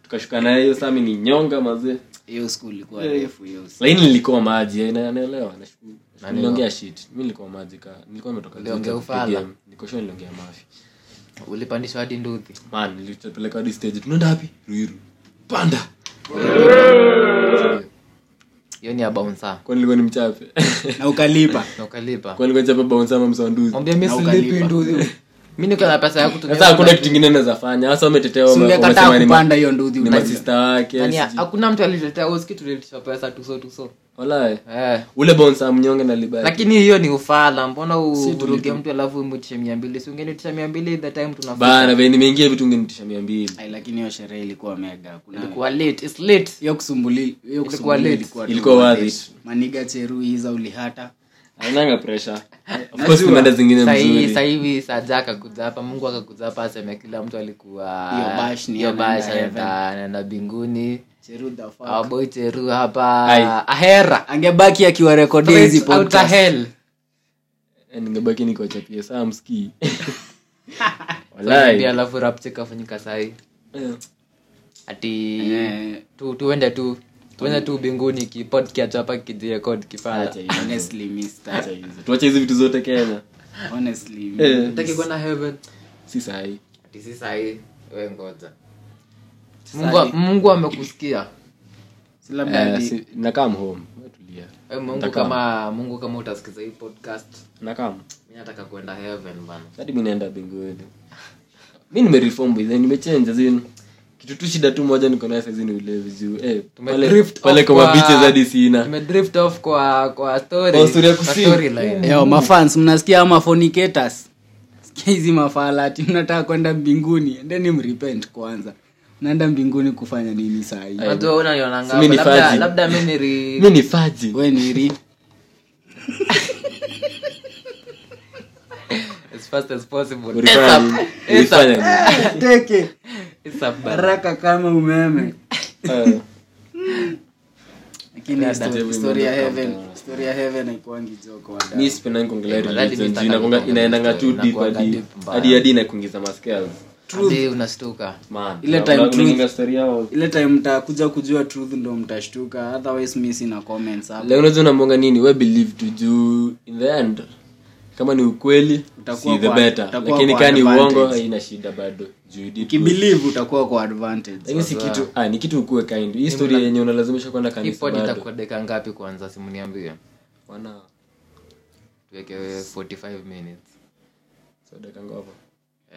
tukashuka naye hiyo sami ni nyonga mazee hiyo skul ilikuwa refu hiyo siku. lakini nilikuwa maji eh, na- naelewa nashukuru. niliongea shit mi nilikuwa maji ka nilikuwa nimetoka Uliongea zote ufala. kupiga- niko sure niliongea mafi ulipandishwa hadi nduthi man nilipeleka hadi stage tunaenda wapi ruiru panda hiyo ni ya bouncer. kwa nilikuwa ni *laughs* mchape *laughs* na ukalipa na ukalipa kwa nilikuwa chape bouncer ama msonduzi mwambia mi Na silipi ukalipa. nduthi mi niko na pesa ya sasa kutumia hakuna kitu kingine naweza fanya hasa umetetea wame- Singekataa wamesema ni ma- kupanda hiyo nduthi ni unajua. masista wake Yaani, hakuna mtu alitetea uski tulitisha pesa tuso tuso walae eh. ule bonsa mnyonge na libaya lakini hiyo ni ufala mbona uvuruge mtu alafu umwitishe mia mbili si ungenitisha mia mbili the time tunafaa bana vei nimeingia vitu ngenitisha mia mbili Ai, lakini hiyo sherehe ilikuwa mega kuna ilikuwa late it's late hiyo kusumbuli hiyo kusumbuli late. ilikuwa tu Ilikuwa worth late. it. maniga cheru hiza ulihata ainanga presha tumeenda zingine sahii mzuri sahii saja akakuja hapa mungu akakuja hapa aseme kila mtu alikuwa Hiyo bash ni hiyo anaenda bash heaven. anaenda anaenda binguni cheru the fuck. awaboi teru hapa Ai. ahera angebaki akiwarekodia hizi Straight out of podcast. hell. Eh, ningebaki nikuachapia saa *laughs* mskii Pia walai alafu rap check afanyika sahi Eh, ati Eh, tu, tuende tu tuende tu binguni kipod kiachapa kijirekod kipala acha hiyo. Honestly, mi sitaacha hizo. tuache hizi vitu zote kenya Honestly, mi- Eh, taki kwenda heaven si sahii ati si sahi we ngoja mungu, mungu amekusikia si labda Eh, ati- nakam home tulia we Eh, mungu kama mungu kama utasikiza hii podcast nakam mi nataka kuenda heaven bana hadi mi naenda binguni mi nimereform by then nimechange zin kitu tu shida tu moja niko nayo saizi ni ulevi juu eh, Tume pale- drift off pale kwa kwa- mabiches hadi sina tumedrift off kwa kwa story Kwa story ya kwa kusini. storyline. Yo, mafans mnasikia ama fornicators sikia hizi mafala ati mnataka kwenda mbinguni endeni mrepent kwanza mnaenda mbinguni kufanya nini sahii unajua wewe unanionanga Mi ni hapa. Labda- faji. labda mi niri mi ni faji we niri as fast as possible Ulifanya nini? Ulifanya nini? teke It's up, bana. baraka kama umeme Eh, lakini story- story ya heaven story ya heaven haikuangi joko wadau. mi sipendangi Eh, kuongelea Malali mi religion juu nataka inakuanga- kuongelea inaendanga tu story, deep inakuanga hadi- deep mbaya. hadi hadi inakuingiza maskel Hadi unashtuka Ile time truth. leo ile time mtakuja kujua truth ndo mtashtuka otherwise mi sina comments hapo unaweza unamwonga nini we believe to juu in the end kama ni ukweli Utakuwa si the kwa- better utakuwa lakini kwa kaa ni advantage. uongo haina shida bado juu you did good. kibelieve utakuwa kwa advantage lakini si kitu ah, ni kitu ukuwe kind hii story yenye unalazimisha kwenda Hii kanisa pod bado itakuwa dakika ngapi kwanza simniambie Wana- tuweke 45 minutes so dakika ngapi?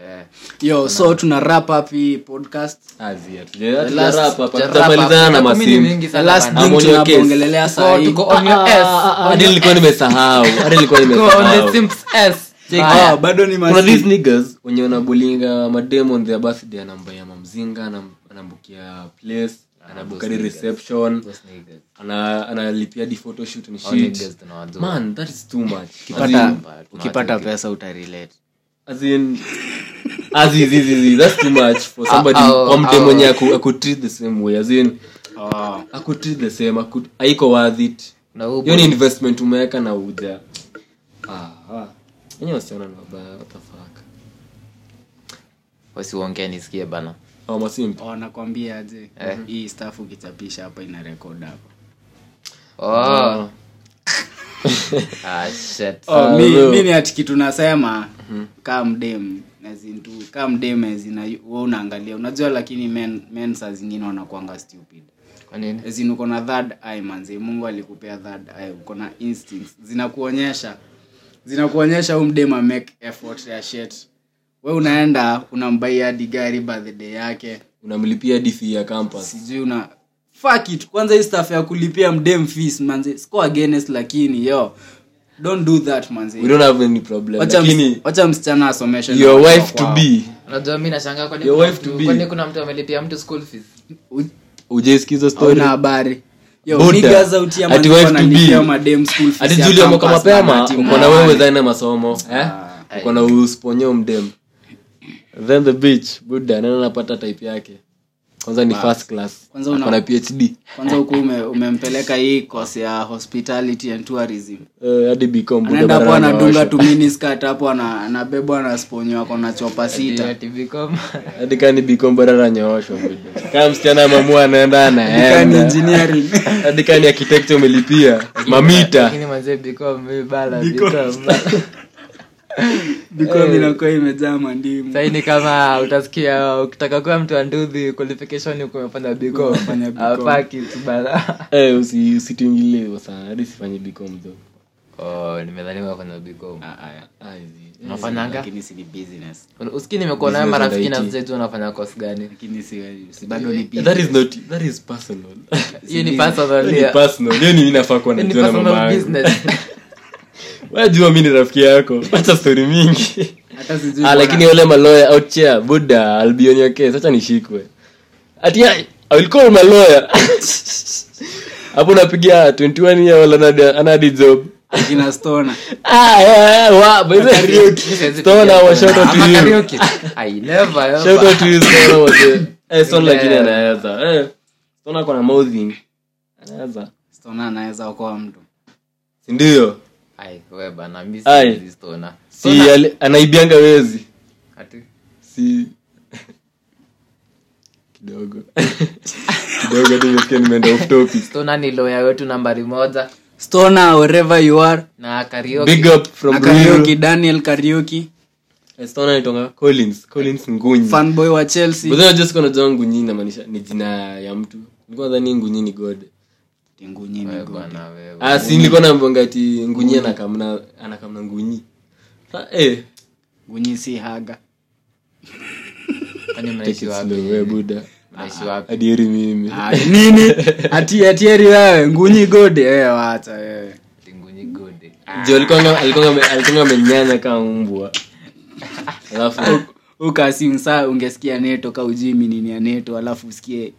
eh yo so tuna wrap up hii podcast Ah, zi, hatuja- hatuja last- wrap hapa, Tuta tutamalizana na wrap up. Kumi ni masim. mingi the sana last bana. I'm thing on your case. tunapongelelea Oh, Tuko- sahii tuko on your ass. Ah, hadi nilikuwa nimesahau hadi nilikuwa *laughs* Tuko on the nimesahau simps ass. Ah, bado ni kuna masi these niggas wenye wanabulinga mademo on their birthday anambaya mamzinga anam- anambukia place Ah, anabookadi reception Those niggas. ana- analipia di photoshoot and All niggas shit tunawajua. man that is too much As ukipata in- ukipata pesa utarelate as in as is, is, is, is, that's too much for Ah, somebody au- omte au- mwenye aku, aku treat the same way as in aku treat the same aku, haiko worth it Na huu hiyo ni investment umeweka na uja Ah, ah. Yenye wasichana ni wabaya what the fuck wasiongee Oh, nisikie bana Hawa masimp. wanakwambia Oh, aje hii staff ukichapisha hapa ina rekod hapa Mm. oh. ah, *laughs* shit. Oh, mi, mi ni ati kitu nasema kaa mdem azintu kaa mdem azina we unaangalia unajua lakini men, men saa zingine wanakuanga stupid Kwa nini? azin uko na third eye manzi mungu alikupea third eye uko na instincts zinakuonyesha zinakuonyesha huu mdem amake effort ya shit we unaenda unambaia hadi gari birthday yake unamlipia hadi fee ya campus sijui una fuck it kwanza hii staff ya kulipia mdem fees manzi score against lakini yo don't do that manzi we don't have any problem Wacha ms- Eh, lakini wacha msichana asomeshe your na wife to kwao. be unajua mi nashangaa kwani Your kuna wife to mtu- be. kwani kuna mtu amelipia mtu school fees U- ujaiskiza story hauna habari Yo, Buddha. niggas out here Ati manzi wife to wanalipia be. madem school fees hati ya julio mwaka campus na Ah, mapema ati uko na mwa- wewe zaina masomo eh? uko na usponyo mdem then the beach buda nani anapata type yake kwanza ni first class Kwanza una- Ako na phd kwanza huku ume- umempeleka hii course ya hospitality and tourism Eh, hadi bicom buda anaenda hapo barani anadunga anawasha. tu miniskat hapo ana- anabebwa na sponyo ako na chopa sita Ati become- hadi kani bicom barara nyoosho buda kama msichana mamua anaenda Kani anaenda engineering *laughs* hadi kani architecture umelipia mamita lakini manze become, mi bala, become. *laughs* Eh. because inakuwa imejaa mandimu Sahi ni kama utasikia ukitaka kuwa mtu wa ndudhi qualification uko umefanya become. Umefanya become. Hapaki tu bala Eh, usi- usituingiliwe sana hadi sifanye bicom though *laughs* oh, nimedhani unafanya become. Ah, hizi. unafanyanga lakini si ni business uski nimekuwa nayo Business marafiki and na IT. mzetu unafanya kosi gani lakini si si- bado ni Eh, that is not that is personal *laughs* hiyo ni Hiyo ni personal personal hiyo ni mimi nafaa kuwa Hiyo *laughs* ni najua na mama personal yangu *laughs* business wajua mi ni rafiki yako *laughs* wacha *laughs* story mingi hata sijui ah, lakini yule maloya out chair buda I'll be on your case acha nishikwe ati I I will call my lawyer *laughs* hapo unapigia 21 year old anadi- anadi job akina stona ah yeah, yeah, wow by the way *laughs* Siwezi stona pigia wa shout out to Ama you *laughs* karaoke. I never, ever. shout out to you stona wa *laughs* eh stona Yeah. lakini anaweza eh stona kwa na mouthing anaweza stona anaweza okoa mtu Si ndio Ai, we bana, mi Ai. siwezi stona. si ali- anaibianga wezi Ati- si *laughs* kidogo kidogo hadi nimesikia nimeenda off topic stona ni loya wetu nambari moja stona wherever you are na karaoke. big up na from karaoke Ruiru. daniel karaoke Estona anaitwanga collins collins ngunyi fanboy wa chelsea Bado unajua siku anajua ngunyi inamaanisha ni jina ya mtu nilikuwa nadhani ngunyi ni god tingu nyingi We bana, we bana. ah si nilikuwa namvonga ati ngunyi anakamna anakamna ngunyi Sa- eh gunyi si *laughs* haga Kwani mnaishi take it wapi? slow we buda Mnaishi wapi? hadi heri mimi Ah, nini ati atieri wewe ngunyi gode wewe wacha wewe Tingunyi gode. jo alikuwa alikuwa alikuwa amenyanya kama mbwa alafu ukasi msaa ungesikia neto ka ujui minini ya neto alafu usikie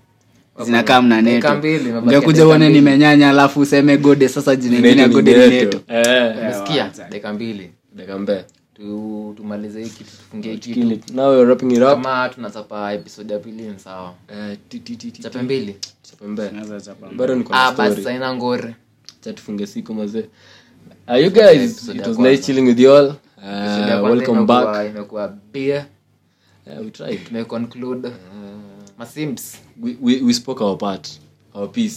zinakaa mna Dakika neto mbili, imebaki ungekuja dakika uone mbili. nimenyanya alafu useme gode sasa jina ingine ya Neto ni gode ni neto. neto Eh. Umesikia? dakika mbili Dakika mbele. Tu- tumalize hii kitu tufungie hii kitu Kill it. Now we're wrapping it up. kama tunachapa episode ya pili ni sawa Eh, ti- ti- ti- ti- chape mbili Chape mbele. Unaweza chapa. Bado niko na ah, basi story. Eh, saina ngore Acha tufunge siku mazee. Uh, you guys, Episode it ya was kwanza. nice chilling with you all. Episode ya Uh, kwanza welcome imekuwa- back. imekuwa bia Uh, we tried. tumeconclude Eh. masimps We, we, we spoke our part. Our piece.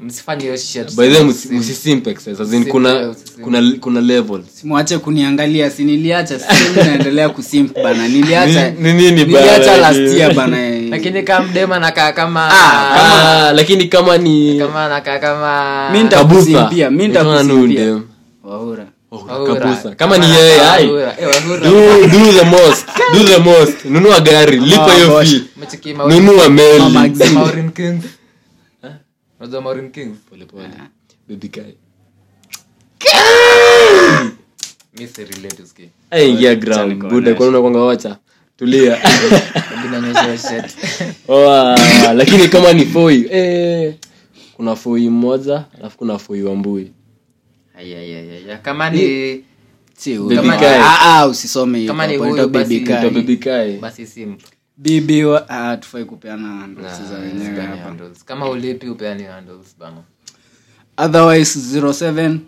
msifanye hiyo shit By the way, msi- msisimpex, as in kuna Simpex. kuna kuna levels. simwache kuniangalia si niliacha si naendelea kusimp bana niliacha *laughs* Ni- ni nini bana, niliacha last lakini- year bana lakini kama mdema nakaa kama Ah, lakini kama ni kama nakaa kama mi kabusa. nitakusimpia mi Utaona nu nitakusimpia dem. waura Oh, Wahura. kabusa. Kama ni yeye, ai. Wahura. Eh, wahura. do, do the most do the most nunua gari Oh, lipa hiyo bosh. fee Umecheki Maureen- nunua Mama meli Maxi. Maureen Kings. Eh? Unajua Maureen Kings? Baby guy. Mi si relate, uski. Ai, ingia ground buda kwani unakwanga wacha tulia *laughs* binanyoshewa shirt Oa, lakini kama ni foi eh, kuna foi mmoja alafu kuna foi wambui Aya, aya, aya, aya. kama ni Si, Baby kama- Kai. Ah, ah, usisome hiyo Kama ni hapo, huyu itakuwa basi baby Kai. Ito bebikae basi simu bibi wa- ah, tufai kupeana Ah, ndosi za wenyewe sipeani hapa handles. kama ulipi upeani handles bana otherwise 07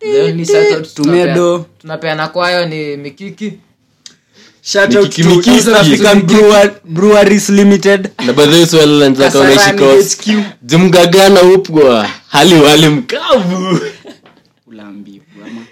Leo ni Saturday, Tumia tunapea- do. tunapeana kwayo ni mikiki shout out Mikiki, to mikiki, East African mikiki. Brewer- breweries limited na badhi swalanzaka Kasarani unaishikos HQ. jumgagana upgwa hali wali *laughs* mkavu Ulambi, ama-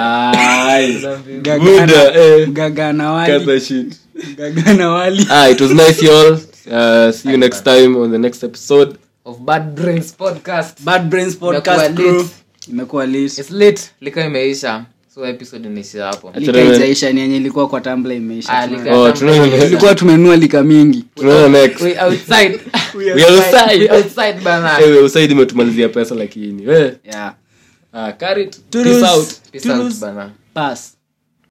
Ai. Gagana- Buda, eh. gagana wali Kaza shit. gagana wali ah, it was nice y'all uh, see you next time on the next episode of bad brains podcast bad brains podcast Imekuwa crew lit. imekuwa lit It's late lika imeisha so episode inaishia hapo lika ijaisha ni yenye ilikuwa kwa tambla Ah, imeisha lika- oh, tunaona tulikuwa tumenua lika mingi tunaona next We outside. we are We outside outside bana *laughs* Eh, usaidi umetumalizia pesa lakini we yeah. ah, carrot Toodles. peace out Peace out Toodles. bana pass